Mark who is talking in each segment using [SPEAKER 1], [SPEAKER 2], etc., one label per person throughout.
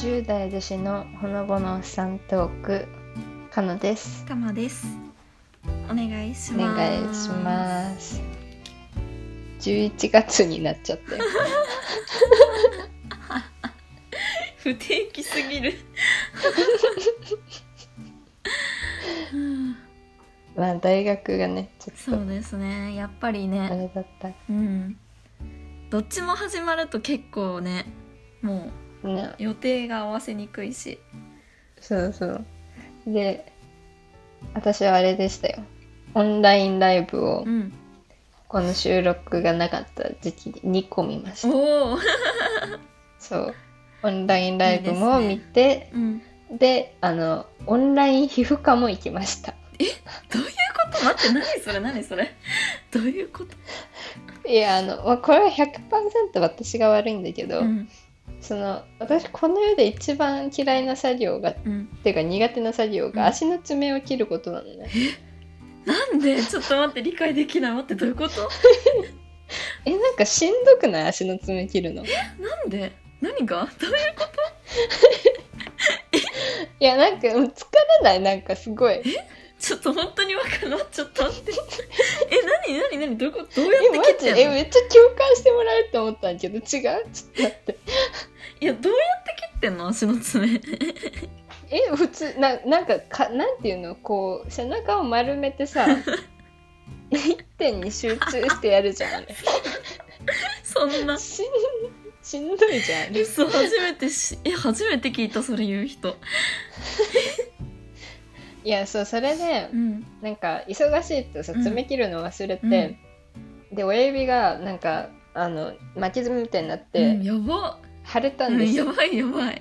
[SPEAKER 1] 10代女子のほのぼのおっさんトークかのです
[SPEAKER 2] かまです。お願いし
[SPEAKER 1] お
[SPEAKER 2] ます。
[SPEAKER 1] 願いします11月になっ ちゃったよ
[SPEAKER 2] 不定期すぎる。うん
[SPEAKER 1] まあ大学がねちょっ
[SPEAKER 2] そうですね。やっぱり
[SPEAKER 1] とあ
[SPEAKER 2] ね。
[SPEAKER 1] れだった
[SPEAKER 2] うん。どっちも始まると結構ね、も
[SPEAKER 1] ね
[SPEAKER 2] う予定が合わせにくいし。
[SPEAKER 1] そうそうで私はあれでしたよオンラインライブを
[SPEAKER 2] うん。
[SPEAKER 1] この収録がなかった時期に2個見ました
[SPEAKER 2] おお。
[SPEAKER 1] そうオンラインライブも見て
[SPEAKER 2] うん。
[SPEAKER 1] であのオンライン皮膚科も行きました
[SPEAKER 2] どういうこと待って、何それ何それ。 どういうこと。
[SPEAKER 1] いやあの、まあ、これは100%私が悪いんだけど、
[SPEAKER 2] うん。
[SPEAKER 1] その私この世で一番嫌いな作業がっ
[SPEAKER 2] うん。
[SPEAKER 1] ていうか苦手な作業
[SPEAKER 2] う
[SPEAKER 1] が
[SPEAKER 2] ん
[SPEAKER 1] 足の爪を切ることなのね、
[SPEAKER 2] なんで、ちょっと待って、理解できない。待って、どういうこと。
[SPEAKER 1] えなんかしんどくない足の爪切るのい
[SPEAKER 2] なんで。何が。どういう。
[SPEAKER 1] やなんかうん疲れないなんかすごい
[SPEAKER 2] ちょっと本当にわかんない。ちょっと待って。え、なになになにどういうことどうや
[SPEAKER 1] え
[SPEAKER 2] って
[SPEAKER 1] マ
[SPEAKER 2] 切っ
[SPEAKER 1] ジ
[SPEAKER 2] てん
[SPEAKER 1] え
[SPEAKER 2] の
[SPEAKER 1] めっちゃ共感してもらえると思ったんだけど違うちょっと待って
[SPEAKER 2] いや、どうやって切ってんの足の爪。
[SPEAKER 1] え普通ななんかかなんていうのこう背中を丸めて さ一点に集中してやるじゃんあ れ
[SPEAKER 2] そんな。
[SPEAKER 1] しんしんどいじゃんあれ
[SPEAKER 2] 嘘、初めてし、え、初めて聞いた、それ言う人。
[SPEAKER 1] いやそうそれで
[SPEAKER 2] うん。
[SPEAKER 1] なんか忙しいとさ
[SPEAKER 2] うん
[SPEAKER 1] 爪切るの忘れて、で親指がなんかあの巻き爪みたいになっ
[SPEAKER 2] う
[SPEAKER 1] て、
[SPEAKER 2] ん、やば。
[SPEAKER 1] 腫れた
[SPEAKER 2] うん
[SPEAKER 1] で
[SPEAKER 2] ん、
[SPEAKER 1] す
[SPEAKER 2] や
[SPEAKER 1] よ、
[SPEAKER 2] ばい、やばい。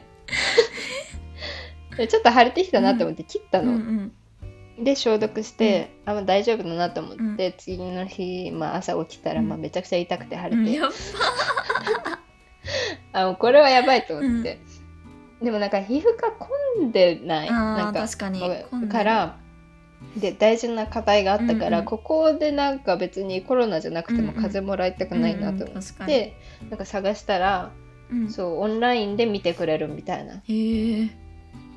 [SPEAKER 1] でちょっと腫れてきたなと思って切った
[SPEAKER 2] うん、う
[SPEAKER 1] の、
[SPEAKER 2] ん。
[SPEAKER 1] で消毒して、あもう大丈夫だなと思って、
[SPEAKER 2] う
[SPEAKER 1] 次の日、まあ、朝起きたら、
[SPEAKER 2] うん
[SPEAKER 1] まあ、めちゃくちゃ痛くて腫れ
[SPEAKER 2] う
[SPEAKER 1] て、
[SPEAKER 2] ん、やば。
[SPEAKER 1] あもうこれはやばいと思って、でもなんか皮膚科混んでない
[SPEAKER 2] あ
[SPEAKER 1] な
[SPEAKER 2] あ、
[SPEAKER 1] んか
[SPEAKER 2] 確かに。今度
[SPEAKER 1] からで大事な課題があったから、
[SPEAKER 2] うんうん
[SPEAKER 1] ここでなんか別にコロナじゃなくて
[SPEAKER 2] うん
[SPEAKER 1] も
[SPEAKER 2] うん
[SPEAKER 1] 風邪もらいたくないなと
[SPEAKER 2] うんう
[SPEAKER 1] 思
[SPEAKER 2] ん
[SPEAKER 1] っ
[SPEAKER 2] 確かに。
[SPEAKER 1] て、なんか探したら、
[SPEAKER 2] うん。
[SPEAKER 1] そうオンラインで見てくれるみたいな
[SPEAKER 2] へえ。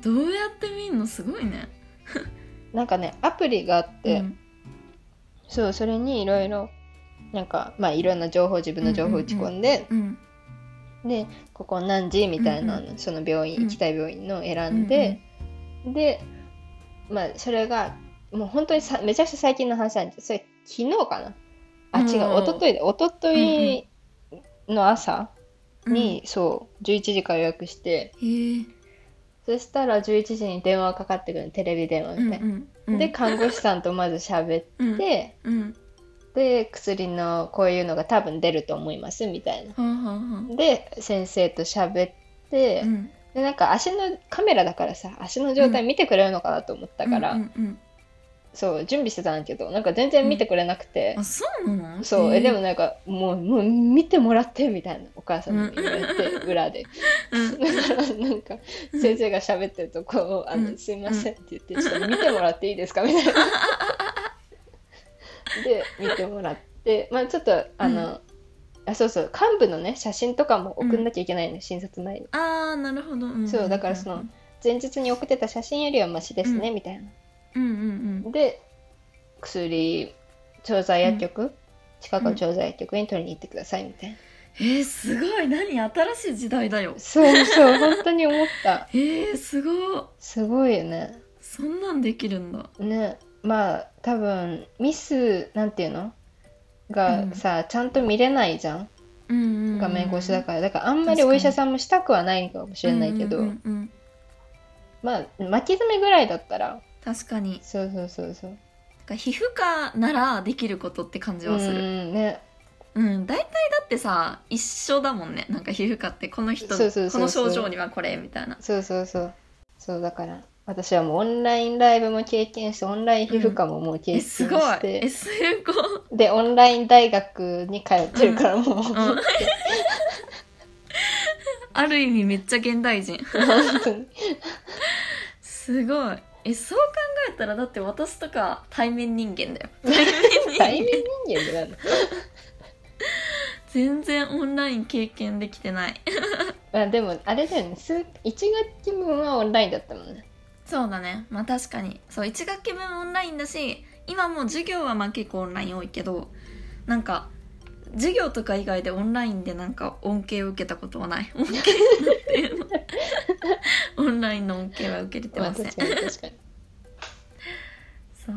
[SPEAKER 2] どうやって見んの、すごいね。
[SPEAKER 1] なんかねアプリがあって、
[SPEAKER 2] うん
[SPEAKER 1] そうそれにいろいろなんかまあいろんな情報自分の情報打ち込んで、
[SPEAKER 2] うん。
[SPEAKER 1] でここ何時みたいなの、
[SPEAKER 2] うん
[SPEAKER 1] その病院
[SPEAKER 2] うん
[SPEAKER 1] 行きたい病院の選んで、でまあそれがもう本当にさめちゃくちゃ最近の話なんですそれ昨日かなあ
[SPEAKER 2] うん
[SPEAKER 1] 違う一昨日だ一昨日の朝
[SPEAKER 2] うん、
[SPEAKER 1] に、そう11時から予約して
[SPEAKER 2] うん。へえ。
[SPEAKER 1] そしたら11時に電話かかってくるのテレビ電話みたいな、
[SPEAKER 2] んうん
[SPEAKER 1] で、看護師さんとまず喋っ
[SPEAKER 2] うん、
[SPEAKER 1] て、
[SPEAKER 2] うん、
[SPEAKER 1] で薬のこういうのが多分出ると思いますみたいな
[SPEAKER 2] はあ、はあは
[SPEAKER 1] で先生と喋って、
[SPEAKER 2] あ、うん、
[SPEAKER 1] でなんか足のカメラだからさ足の状態見てくれるのかなと思ったから、
[SPEAKER 2] うんうん
[SPEAKER 1] そう準備してたんだけどなんか全然見てくれなくて
[SPEAKER 2] うん、あ、、そうなの？
[SPEAKER 1] そうえでも
[SPEAKER 2] ね、
[SPEAKER 1] なんかもうもう見てもらってみたいなお母さんに言われて、裏で
[SPEAKER 2] うん
[SPEAKER 1] だからなんか先生が喋ってるとこを「あ
[SPEAKER 2] う
[SPEAKER 1] の
[SPEAKER 2] ん
[SPEAKER 1] すいません」って言って「ちょっと見てもらっていいですか?」みたいな。で見てもらってまあちょっとあの、あそうそう幹部のね写真とかも送んなきゃいけないの、診察前に。
[SPEAKER 2] あー、なるほど、ん
[SPEAKER 1] そうだからその、前日に送ってた写真よりはマシですね、みたいな。
[SPEAKER 2] うんうん
[SPEAKER 1] で薬調剤薬局、近くの調剤薬局に取りに行ってくださいみたいな、
[SPEAKER 2] えー、すごい、何新しい時代だよ。
[SPEAKER 1] そうそう本当に思った
[SPEAKER 2] えー、すごい、
[SPEAKER 1] すごいよね
[SPEAKER 2] そんなんできるんだ。
[SPEAKER 1] ねまあ多分ミスなんていうのがさ、ちゃんと見れないじゃん
[SPEAKER 2] うんうんうん、
[SPEAKER 1] 画面越しだからだからあんまりお医者さんもしたくはないかもしれないけど、
[SPEAKER 2] うんうんうんうん
[SPEAKER 1] まあ巻き爪ぐらいだったら
[SPEAKER 2] 確かに、
[SPEAKER 1] そうそうそうそう
[SPEAKER 2] なんか皮膚科ならできることって感じ
[SPEAKER 1] う
[SPEAKER 2] はする。
[SPEAKER 1] んね
[SPEAKER 2] うん、大体だってさ、一緒だもんね。なんか皮膚科ってこの人、
[SPEAKER 1] そうそうそうそう
[SPEAKER 2] この症状にはこれみたいな。
[SPEAKER 1] そうそうそうそうだから私はもうオンラインライブも経験してオンライン皮膚科ももう経
[SPEAKER 2] え
[SPEAKER 1] 験し
[SPEAKER 2] す
[SPEAKER 1] て、
[SPEAKER 2] ごいえすごい、
[SPEAKER 1] でオンライン大学に通ってるから もう、
[SPEAKER 2] うん、ある意味めっちゃ現代人
[SPEAKER 1] 本当に
[SPEAKER 2] すごいえそう考えたらだって私とか対面人間だ よ
[SPEAKER 1] 対面人間ってなんだ
[SPEAKER 2] 全然オンライン経験できてない
[SPEAKER 1] あでもあれだよね数一学期分はオンラインだったもんね
[SPEAKER 2] そうだねまあ確かにそう1学期分オンラインだし今も授業はまあ結構オンライン多いけどなんか授業とか以外でオンラインでなんか恩恵を受けたことはない恩恵なんていうのオンラインの恩恵は受けれて
[SPEAKER 1] まあ
[SPEAKER 2] ません
[SPEAKER 1] 確かに確かに
[SPEAKER 2] そう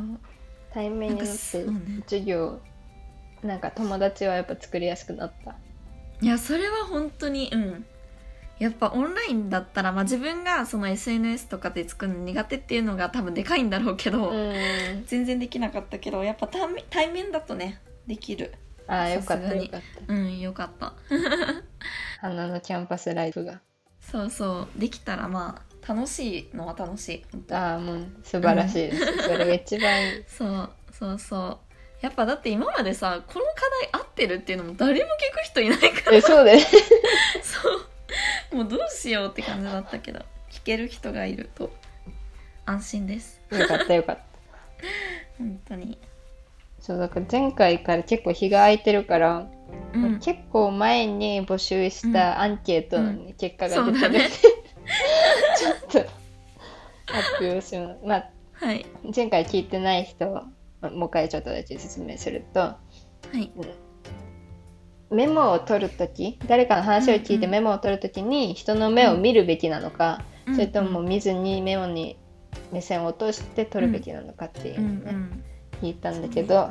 [SPEAKER 1] 対面になっ
[SPEAKER 2] そ
[SPEAKER 1] て
[SPEAKER 2] うね
[SPEAKER 1] 授業なんか友達はやっぱ作りやすくなった
[SPEAKER 2] いやそれは本当にうんやっぱオンラインだったら、まあ、自分がその SNS とかで作るの苦手っていうのが多分でかいんだろうけど、
[SPEAKER 1] うん
[SPEAKER 2] 全然できなかったけどやっぱ対面対面だとねできる
[SPEAKER 1] ああよかっ
[SPEAKER 2] さすが
[SPEAKER 1] た
[SPEAKER 2] に
[SPEAKER 1] よかった
[SPEAKER 2] うんよかった
[SPEAKER 1] 花のキャンパスライフが
[SPEAKER 2] そうそうできたらまあ楽しいのは楽しい本当
[SPEAKER 1] ああもう素晴らしい ですそれが一番いい
[SPEAKER 2] そうそうそうやっぱだって今までさこの課題合ってるっていうのも誰も聞く人いないから
[SPEAKER 1] えそうだよね
[SPEAKER 2] そうもうどうしようって感じだったけど聞ける人がいると安心です
[SPEAKER 1] よかったよかった
[SPEAKER 2] 本当に
[SPEAKER 1] そうだから前回から結構日が空いてるから、
[SPEAKER 2] うん
[SPEAKER 1] 結構前に募集したアンケートのね、結果
[SPEAKER 2] そ
[SPEAKER 1] が
[SPEAKER 2] う
[SPEAKER 1] 出
[SPEAKER 2] だ
[SPEAKER 1] てる、
[SPEAKER 2] ね
[SPEAKER 1] ちょっと発表します、まあ、
[SPEAKER 2] はい
[SPEAKER 1] 前回聞いてない人はもう一回ちょっとだけ説明すると
[SPEAKER 2] はい
[SPEAKER 1] メモを取るとき誰かの話を聞い
[SPEAKER 2] うんう
[SPEAKER 1] て
[SPEAKER 2] ん
[SPEAKER 1] メモを取るときに人の目を見るべきなのか、それとも
[SPEAKER 2] うん
[SPEAKER 1] 見ずにメモに目線を落として取るべきなのかっていう
[SPEAKER 2] うん
[SPEAKER 1] のをね、
[SPEAKER 2] うん
[SPEAKER 1] 聞いたんだけど、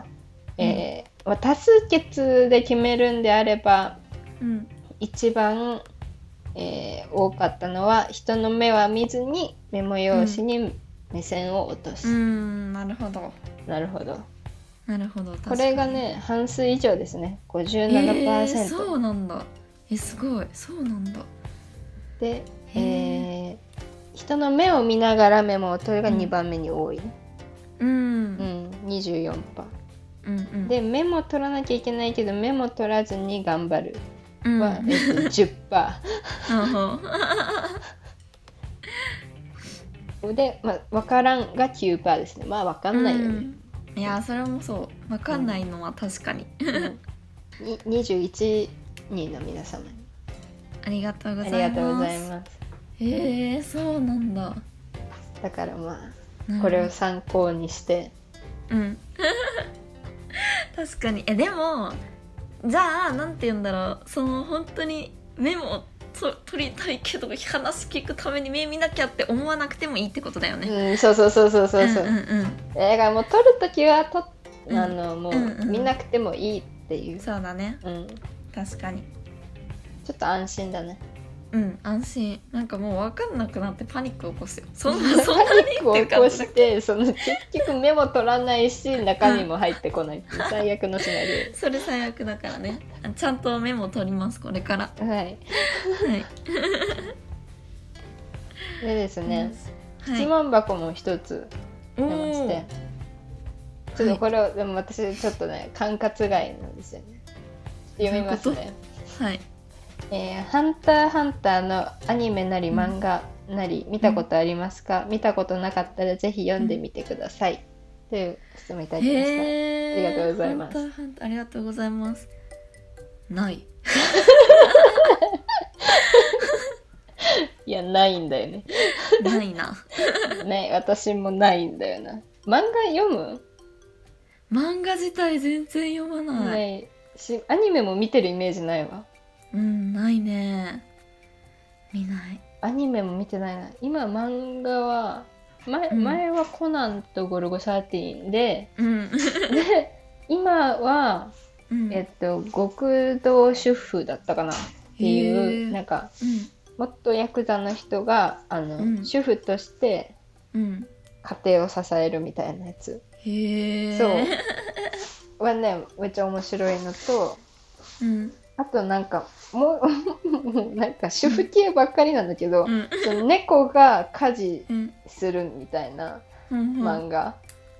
[SPEAKER 1] えーまあ、多数決で決めるんであれば
[SPEAKER 2] うん
[SPEAKER 1] 一番、えー多かったのは人の目は見ずにメモ用紙に目線を落とす、
[SPEAKER 2] うんなるほど
[SPEAKER 1] なるほど
[SPEAKER 2] なるほ
[SPEAKER 1] こ
[SPEAKER 2] ど
[SPEAKER 1] れが
[SPEAKER 2] 確かに
[SPEAKER 1] ね半数以上ですね
[SPEAKER 2] え
[SPEAKER 1] 57%、
[SPEAKER 2] ー、そうなんだえすごいそうなんだ
[SPEAKER 1] で、
[SPEAKER 2] へ
[SPEAKER 1] えー人の目を見ながらメモを取るが
[SPEAKER 2] うん
[SPEAKER 1] 2番目に多い、ね
[SPEAKER 2] うん、
[SPEAKER 1] うん24%
[SPEAKER 2] うんうん
[SPEAKER 1] でメモ取らなきゃいけないけどメモ取らずに頑張る
[SPEAKER 2] うん
[SPEAKER 1] は、えっと10%。
[SPEAKER 2] なるほど
[SPEAKER 1] で、まあ、分からんが9%ですねまあ分かんないよね、
[SPEAKER 2] うんいやそれもそうわかんないのは確かに、
[SPEAKER 1] うんに21人の皆様に
[SPEAKER 2] ありがとうご
[SPEAKER 1] あ
[SPEAKER 2] ざい
[SPEAKER 1] りが
[SPEAKER 2] ます
[SPEAKER 1] とうございます
[SPEAKER 2] へえそうなんだ
[SPEAKER 1] だからま
[SPEAKER 2] なるほ
[SPEAKER 1] あ
[SPEAKER 2] ど
[SPEAKER 1] これを参考にして、
[SPEAKER 2] うん 確かにえでもじゃあなんて言うんだろうその本当にメモをと取りたいけど話聞くために目見なきゃって思わなくてもいいってことだよね、
[SPEAKER 1] うん、そうそうそうそうそうそう、
[SPEAKER 2] うんうん
[SPEAKER 1] だからもう撮るときは撮っ
[SPEAKER 2] うん
[SPEAKER 1] あのも
[SPEAKER 2] うんう
[SPEAKER 1] うん見なくてもいいっていう
[SPEAKER 2] うん、そうだね
[SPEAKER 1] うん、ち
[SPEAKER 2] 確かに
[SPEAKER 1] ょっと安心だね
[SPEAKER 2] うん安心なんかもう分かんなくなってパニック起こすよそんなそん
[SPEAKER 1] パ
[SPEAKER 2] な に
[SPEAKER 1] ニック
[SPEAKER 2] っ
[SPEAKER 1] を
[SPEAKER 2] ていう
[SPEAKER 1] 起こ
[SPEAKER 2] 感じだ
[SPEAKER 1] してその結局メも取らないし中身も入ってこないっていう最悪のシナリ
[SPEAKER 2] それ最悪だからねあちゃんとメモ取りますこれから
[SPEAKER 1] オはい
[SPEAKER 2] はい、
[SPEAKER 1] でですね、
[SPEAKER 2] はい、
[SPEAKER 1] 質問箱も一つ
[SPEAKER 2] お
[SPEAKER 1] 出まして
[SPEAKER 2] ー
[SPEAKER 1] ちょっとこれをでも私ちょっとね管轄外なんですよね読みますね
[SPEAKER 2] はい
[SPEAKER 1] 「えーハンターハンター」のアニメなり漫画なり見たことありますか、見たことなかったらぜひ読んでみてください、という質問いただきました、
[SPEAKER 2] へー
[SPEAKER 1] ありがとうございます
[SPEAKER 2] ハンターハンターありがとうございますない
[SPEAKER 1] いやないんだよね
[SPEAKER 2] ない な
[SPEAKER 1] ね私もないんだよな漫画読む、
[SPEAKER 2] 漫画自体全然読まない、
[SPEAKER 1] ないしアニメも見てるイメージないわ
[SPEAKER 2] うんないね見ない
[SPEAKER 1] アニメも見てないな今漫画は前,、
[SPEAKER 2] うん
[SPEAKER 1] 前はコナンとゴルゴ13で
[SPEAKER 2] うん
[SPEAKER 1] で今は
[SPEAKER 2] うん
[SPEAKER 1] えっと極道主婦だったかなってい
[SPEAKER 2] へ
[SPEAKER 1] う
[SPEAKER 2] ー
[SPEAKER 1] なんか
[SPEAKER 2] うん
[SPEAKER 1] もっとヤクザの人があの、
[SPEAKER 2] うん
[SPEAKER 1] 主婦として
[SPEAKER 2] うん
[SPEAKER 1] 家庭を支えるみたいなやつ、
[SPEAKER 2] へえ
[SPEAKER 1] そうはねめっちゃ面白いのと
[SPEAKER 2] う、うん
[SPEAKER 1] あとなんかもう なんか主婦系ばっかりなんだけど、
[SPEAKER 2] うん
[SPEAKER 1] その猫が家事
[SPEAKER 2] うん
[SPEAKER 1] するみたいな
[SPEAKER 2] うんうん、
[SPEAKER 1] 漫画、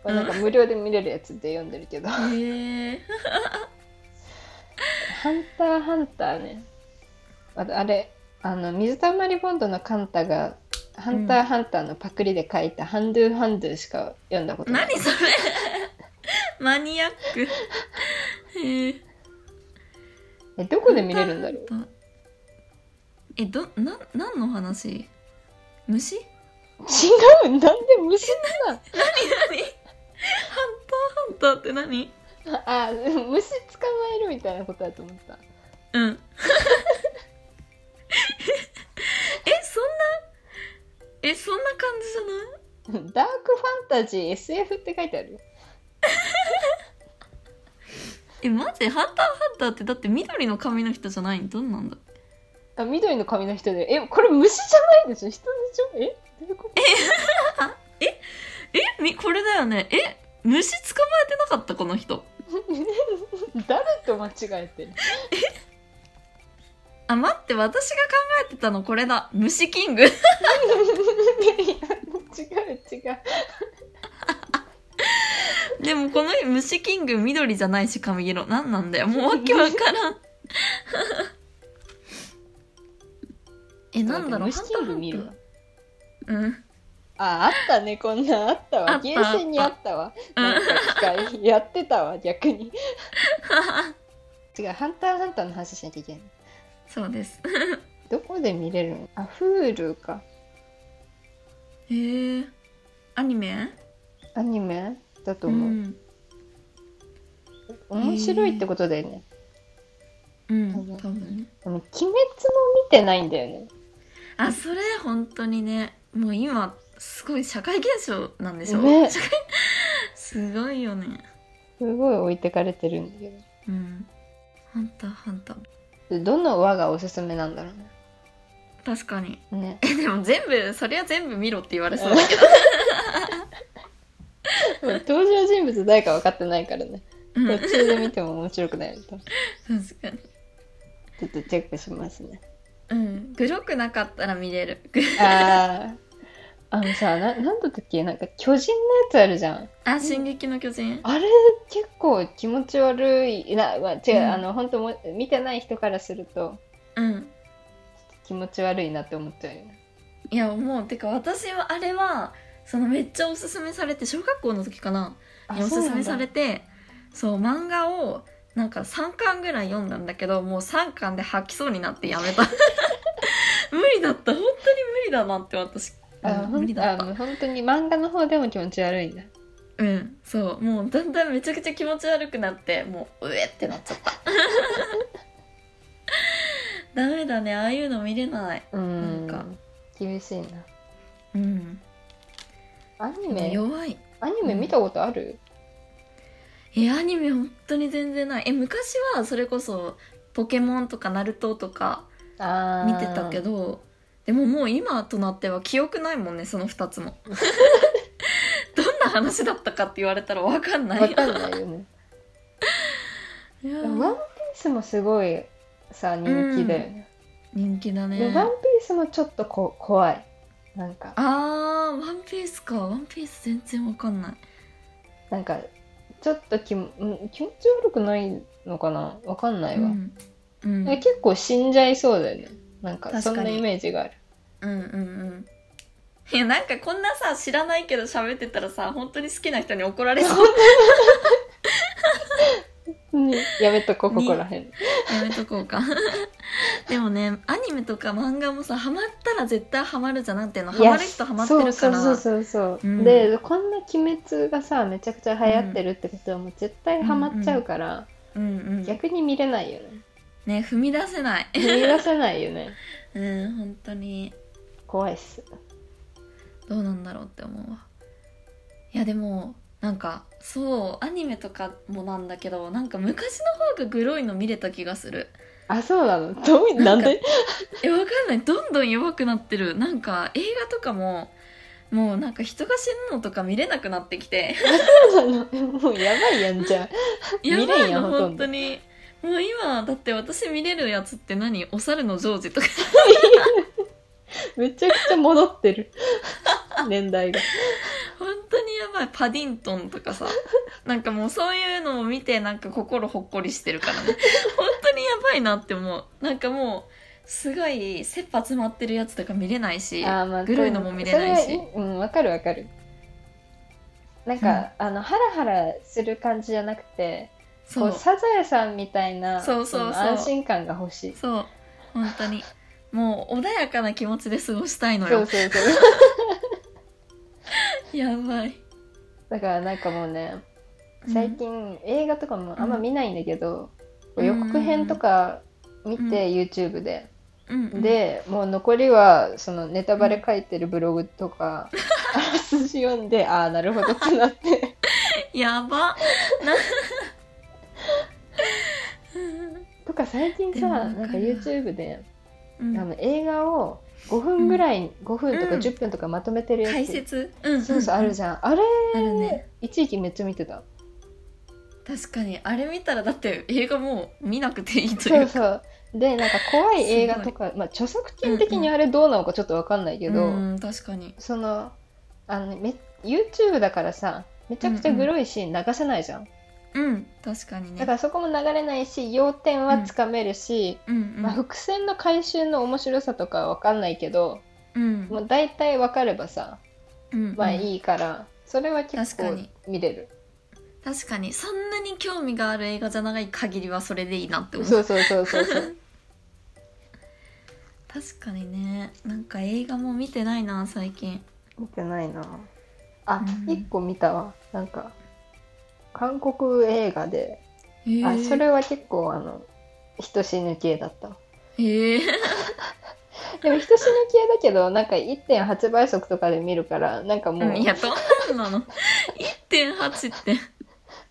[SPEAKER 2] うん
[SPEAKER 1] なんか無料で見れるやつで読んでるけど「 ハ
[SPEAKER 2] へえ
[SPEAKER 1] ンターハンターね」あとあれあの水溜りボンドのカンタが「ハンターハンター」のパクリで書いた「ハンドゥハンドゥ」しか読んだことない
[SPEAKER 2] 何それ マニアックへえ
[SPEAKER 1] えどこで見れるんだろう
[SPEAKER 2] ハンターハンえどな何の話虫違う
[SPEAKER 1] 違うなんで虫な
[SPEAKER 2] ハンターって何
[SPEAKER 1] のあ虫捕まえるみたいなことだと思った
[SPEAKER 2] うん えそんなえそんな感じじゃない
[SPEAKER 1] ダークファンタジー SF って書いてあるよ
[SPEAKER 2] え待ってハンターハンターってだって緑の髪の人じゃないのどんなんだ
[SPEAKER 1] あ緑の髪の人でえこれ虫じゃないでしょ人でしょえどういうこと
[SPEAKER 2] えみこれだよねえ虫捕まえてなかったこの人
[SPEAKER 1] 誰と間違えてる
[SPEAKER 2] あ待って私が考えてたのこれだ虫キン グ
[SPEAKER 1] いや違う違う
[SPEAKER 2] でもこの虫キング緑じゃないし髪色なんなんだよもうわけわからん えなんだろう
[SPEAKER 1] 虫キング見るわ
[SPEAKER 2] うん
[SPEAKER 1] ああったねこんなんあった
[SPEAKER 2] あ
[SPEAKER 1] わ
[SPEAKER 2] った
[SPEAKER 1] ゲーセンにあったわ
[SPEAKER 2] うん
[SPEAKER 1] なんか機械やってた わ逆に違う「ハンターハンター」の話しなきゃいけない
[SPEAKER 2] そうです
[SPEAKER 1] どこで見れるのあフールか
[SPEAKER 2] へえアニメ
[SPEAKER 1] アニメだと思う、
[SPEAKER 2] ん
[SPEAKER 1] 面白いってことだよね
[SPEAKER 2] うん
[SPEAKER 1] 多分
[SPEAKER 2] 多分ね
[SPEAKER 1] あの鬼滅も見てないんだよね
[SPEAKER 2] あそれ本当にねもう今すごい社会現象なんでしょ、
[SPEAKER 1] ね
[SPEAKER 2] 社会 すごいよね
[SPEAKER 1] すごい置いてかれてるんだけど
[SPEAKER 2] うんハンターハンター
[SPEAKER 1] でどの輪がおすすめなんだろ
[SPEAKER 2] 確かに
[SPEAKER 1] う ねね
[SPEAKER 2] えでも全部それは全部見ろって言われそうだけど、
[SPEAKER 1] 登場人物誰か分かってないからね
[SPEAKER 2] うん
[SPEAKER 1] 途中で見ても面白くないと
[SPEAKER 2] 確かに
[SPEAKER 1] ちょっとチェックしますね
[SPEAKER 2] うんグロくなかったら見れるグ
[SPEAKER 1] あーあのさななんだったっけなんか巨人のやつあるじゃん
[SPEAKER 2] あ進撃の巨人
[SPEAKER 1] あれ結構気持ち悪いな、まあ、違う、
[SPEAKER 2] うん
[SPEAKER 1] あの本当も見てない人からすると
[SPEAKER 2] うん
[SPEAKER 1] 気持ち悪いなって思っちゃうよね
[SPEAKER 2] いやもうてか私はあれはそのめっちゃおすすめされて小学校の時かなにおすすめされ
[SPEAKER 1] て
[SPEAKER 2] てそう漫画をなんか3巻ぐらい読んだんだけどもう3巻で吐きそうになってやめ た無理だった本当に無理だなって私、
[SPEAKER 1] あ
[SPEAKER 2] う
[SPEAKER 1] ほ
[SPEAKER 2] ん無理
[SPEAKER 1] ん
[SPEAKER 2] だ
[SPEAKER 1] あ
[SPEAKER 2] っ
[SPEAKER 1] も
[SPEAKER 2] た
[SPEAKER 1] う本当に漫画の方でも気持ち悪いんだ
[SPEAKER 2] うんそうもうだんだんめちゃくちゃ気持ち悪くなってもううえってなっちゃった ダメだねああいうの見れない
[SPEAKER 1] うん
[SPEAKER 2] なんか
[SPEAKER 1] 厳しいな
[SPEAKER 2] うん
[SPEAKER 1] アニメ
[SPEAKER 2] 弱い
[SPEAKER 1] アニメ見たことある、
[SPEAKER 2] えアニメ本当に全然ないえ昔はそれこそ「ポケモン」とか「ナルト」とか
[SPEAKER 1] あ
[SPEAKER 2] 見てたけ
[SPEAKER 1] ど
[SPEAKER 2] どでももう今となっては記憶ないもんねその2つも どんな話だったかって言われたら分かんない
[SPEAKER 1] わかんないよね
[SPEAKER 2] いや
[SPEAKER 1] でもワンピースもすごいさ人気だよね、
[SPEAKER 2] 人気だね
[SPEAKER 1] でワンピースもちょっとこ怖いなんか
[SPEAKER 2] あーワンピースかワンピース全然分かんない
[SPEAKER 1] なんかちょっと気もん気持ち悪くないのかなわかんないうわ、
[SPEAKER 2] ん、うん、
[SPEAKER 1] え結構死んじゃいそうだよねなんか
[SPEAKER 2] 確
[SPEAKER 1] そ
[SPEAKER 2] か
[SPEAKER 1] ん
[SPEAKER 2] に
[SPEAKER 1] なイメージがある
[SPEAKER 2] うんうんうんいやなんかこんなさ知らないけど喋ってたらさ本当に好きな人に怒られそう
[SPEAKER 1] ねやめとこうここらへん、
[SPEAKER 2] やめとこうか でもねアニメとか漫画もさハマったら絶対ハマるじゃんなんていうのハ
[SPEAKER 1] いや
[SPEAKER 2] マる人ハマってるから
[SPEAKER 1] そうそうそうそうそう、
[SPEAKER 2] うん
[SPEAKER 1] でこんな「鬼滅」がさめちゃくちゃ流行ってるってことはもう絶対ハマっちゃうから、
[SPEAKER 2] うんうん
[SPEAKER 1] 逆に見れないよ ね
[SPEAKER 2] ね踏み出せない
[SPEAKER 1] 見出せないよね
[SPEAKER 2] うん本当に
[SPEAKER 1] 怖いっす
[SPEAKER 2] どうなんだろうって思うわいやでもなんかそうアニメとかもなんだけどなんか昔の方がグロいの見れた気がする
[SPEAKER 1] あそうなのどうな
[SPEAKER 2] なん
[SPEAKER 1] ん
[SPEAKER 2] か
[SPEAKER 1] で
[SPEAKER 2] えわかんないどんどん弱くなってるなんか映画とかももうなんか人が死ぬのとか見れなくなってきて
[SPEAKER 1] そうなの もうやばいやんじゃん 見
[SPEAKER 2] や
[SPEAKER 1] れん
[SPEAKER 2] ばい
[SPEAKER 1] や
[SPEAKER 2] の
[SPEAKER 1] ほとんど
[SPEAKER 2] 本当にもう今だって私見れるやつって何お猿のジョージとか
[SPEAKER 1] めちゃくちゃ戻ってる 年代が
[SPEAKER 2] 本当にやばいパディントンとかさ なんかもうそういうのを見てなんか心ほっこりしてる からね本当にやばいなって思うなんかもうすごい切羽詰まってるやつとか見れないし
[SPEAKER 1] あーまあ
[SPEAKER 2] グロいのも見れない
[SPEAKER 1] それは
[SPEAKER 2] し
[SPEAKER 1] うんわかるわかるなんか、あのハラハラする感じじゃなくて
[SPEAKER 2] そ
[SPEAKER 1] こ
[SPEAKER 2] う
[SPEAKER 1] うサザエさんみたいな
[SPEAKER 2] そうそうそう
[SPEAKER 1] の安心感が欲しい
[SPEAKER 2] そう本当にもう穏やかな気持ちで過ごしたいの
[SPEAKER 1] そう
[SPEAKER 2] よ
[SPEAKER 1] そうそう。
[SPEAKER 2] やばい
[SPEAKER 1] だからなんかもうね
[SPEAKER 2] うん
[SPEAKER 1] 最近映画とかもあんま見ないんだけど、
[SPEAKER 2] うん
[SPEAKER 1] 予告編とか見て YouTube で、
[SPEAKER 2] うんうん、
[SPEAKER 1] でもう残りはそのネタバレ書いてるブログと か、あらすじ読んでああなるほどってなって
[SPEAKER 2] やば
[SPEAKER 1] とか最近
[SPEAKER 2] で
[SPEAKER 1] さ
[SPEAKER 2] もわ
[SPEAKER 1] な
[SPEAKER 2] か
[SPEAKER 1] ん
[SPEAKER 2] る
[SPEAKER 1] か YouTube で、
[SPEAKER 2] うん
[SPEAKER 1] あの映画を5分ぐらい、5分とか
[SPEAKER 2] うん
[SPEAKER 1] 10分とかまとめてるや
[SPEAKER 2] 解
[SPEAKER 1] つ、
[SPEAKER 2] 説うん
[SPEAKER 1] そうそうあるじゃん、あれ
[SPEAKER 2] ゃんあるね
[SPEAKER 1] 一時期めっちゃ見てた
[SPEAKER 2] 確かにあれ見たらだって映画もう見なくていいとい
[SPEAKER 1] そう
[SPEAKER 2] うか
[SPEAKER 1] そうでなんか怖い映画とか、まあ、著作権的にあれどうなのかちょっと分かんないけど、
[SPEAKER 2] うん確かに
[SPEAKER 1] そのあのめ YouTube だからさめちゃくちゃグロいシーン流せないじゃん、
[SPEAKER 2] うん確かにね
[SPEAKER 1] だからそこも流れないし要点はつかめるし、
[SPEAKER 2] うんうん、
[SPEAKER 1] まあ、伏線の回収の面白さとかは分かんないけど、
[SPEAKER 2] うん
[SPEAKER 1] もう大体分かればさ
[SPEAKER 2] うん
[SPEAKER 1] まあ
[SPEAKER 2] うん
[SPEAKER 1] いいから、それは結
[SPEAKER 2] 確
[SPEAKER 1] 構
[SPEAKER 2] かに
[SPEAKER 1] 見れる
[SPEAKER 2] 確かにそんなに興味がある映画じゃない限りはそれでいいなって思う
[SPEAKER 1] そうそうそうそうそう
[SPEAKER 2] 確かにねなんか映画も見てないな最近
[SPEAKER 1] 見てないなあ
[SPEAKER 2] うん
[SPEAKER 1] 一1個見たわなんか韓国映画で
[SPEAKER 2] えー、
[SPEAKER 1] あそれは結構あの人死ぬ系だった
[SPEAKER 2] えー、
[SPEAKER 1] でも人死ぬ系だけどなんか1.8倍速とかで見るからなんかもう、
[SPEAKER 2] うんいやどんなの1.8って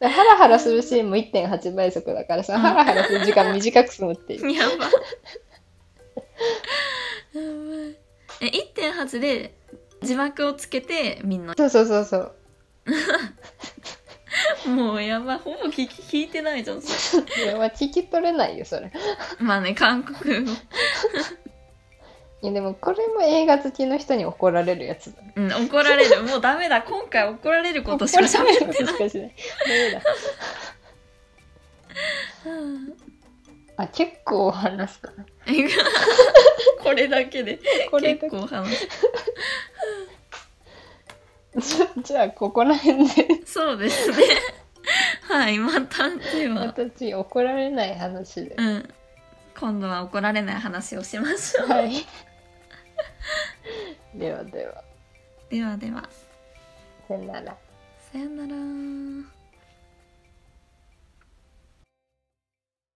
[SPEAKER 1] ハラハラするシーンも1.8倍速だからさ、
[SPEAKER 2] うん
[SPEAKER 1] ハラハラする時間短く済むっていう
[SPEAKER 2] やばやばいえ1.8で字幕をつけてみんな
[SPEAKER 1] そうそうそうそう
[SPEAKER 2] もうやばいほぼ聞き聞いてないじゃん
[SPEAKER 1] いやまあ聞き取れないよそれ
[SPEAKER 2] まあね韓国語
[SPEAKER 1] いやでもこれも映画好きの人に怒られるやつだ
[SPEAKER 2] うん怒られるもうダメだ今回怒られることしか喋
[SPEAKER 1] 怒られる
[SPEAKER 2] っ
[SPEAKER 1] こ
[SPEAKER 2] て
[SPEAKER 1] と
[SPEAKER 2] ない
[SPEAKER 1] しかしないダメだ あ結構話すかな
[SPEAKER 2] えこれだけで
[SPEAKER 1] これだ
[SPEAKER 2] 結構話す
[SPEAKER 1] じゃ じゃあここら辺で
[SPEAKER 2] そうですねはいまたでは
[SPEAKER 1] 私怒られない話で、
[SPEAKER 2] うん今度は怒られない話をしましょう
[SPEAKER 1] はいではでは
[SPEAKER 2] ではでは
[SPEAKER 1] さよなら
[SPEAKER 2] さよなら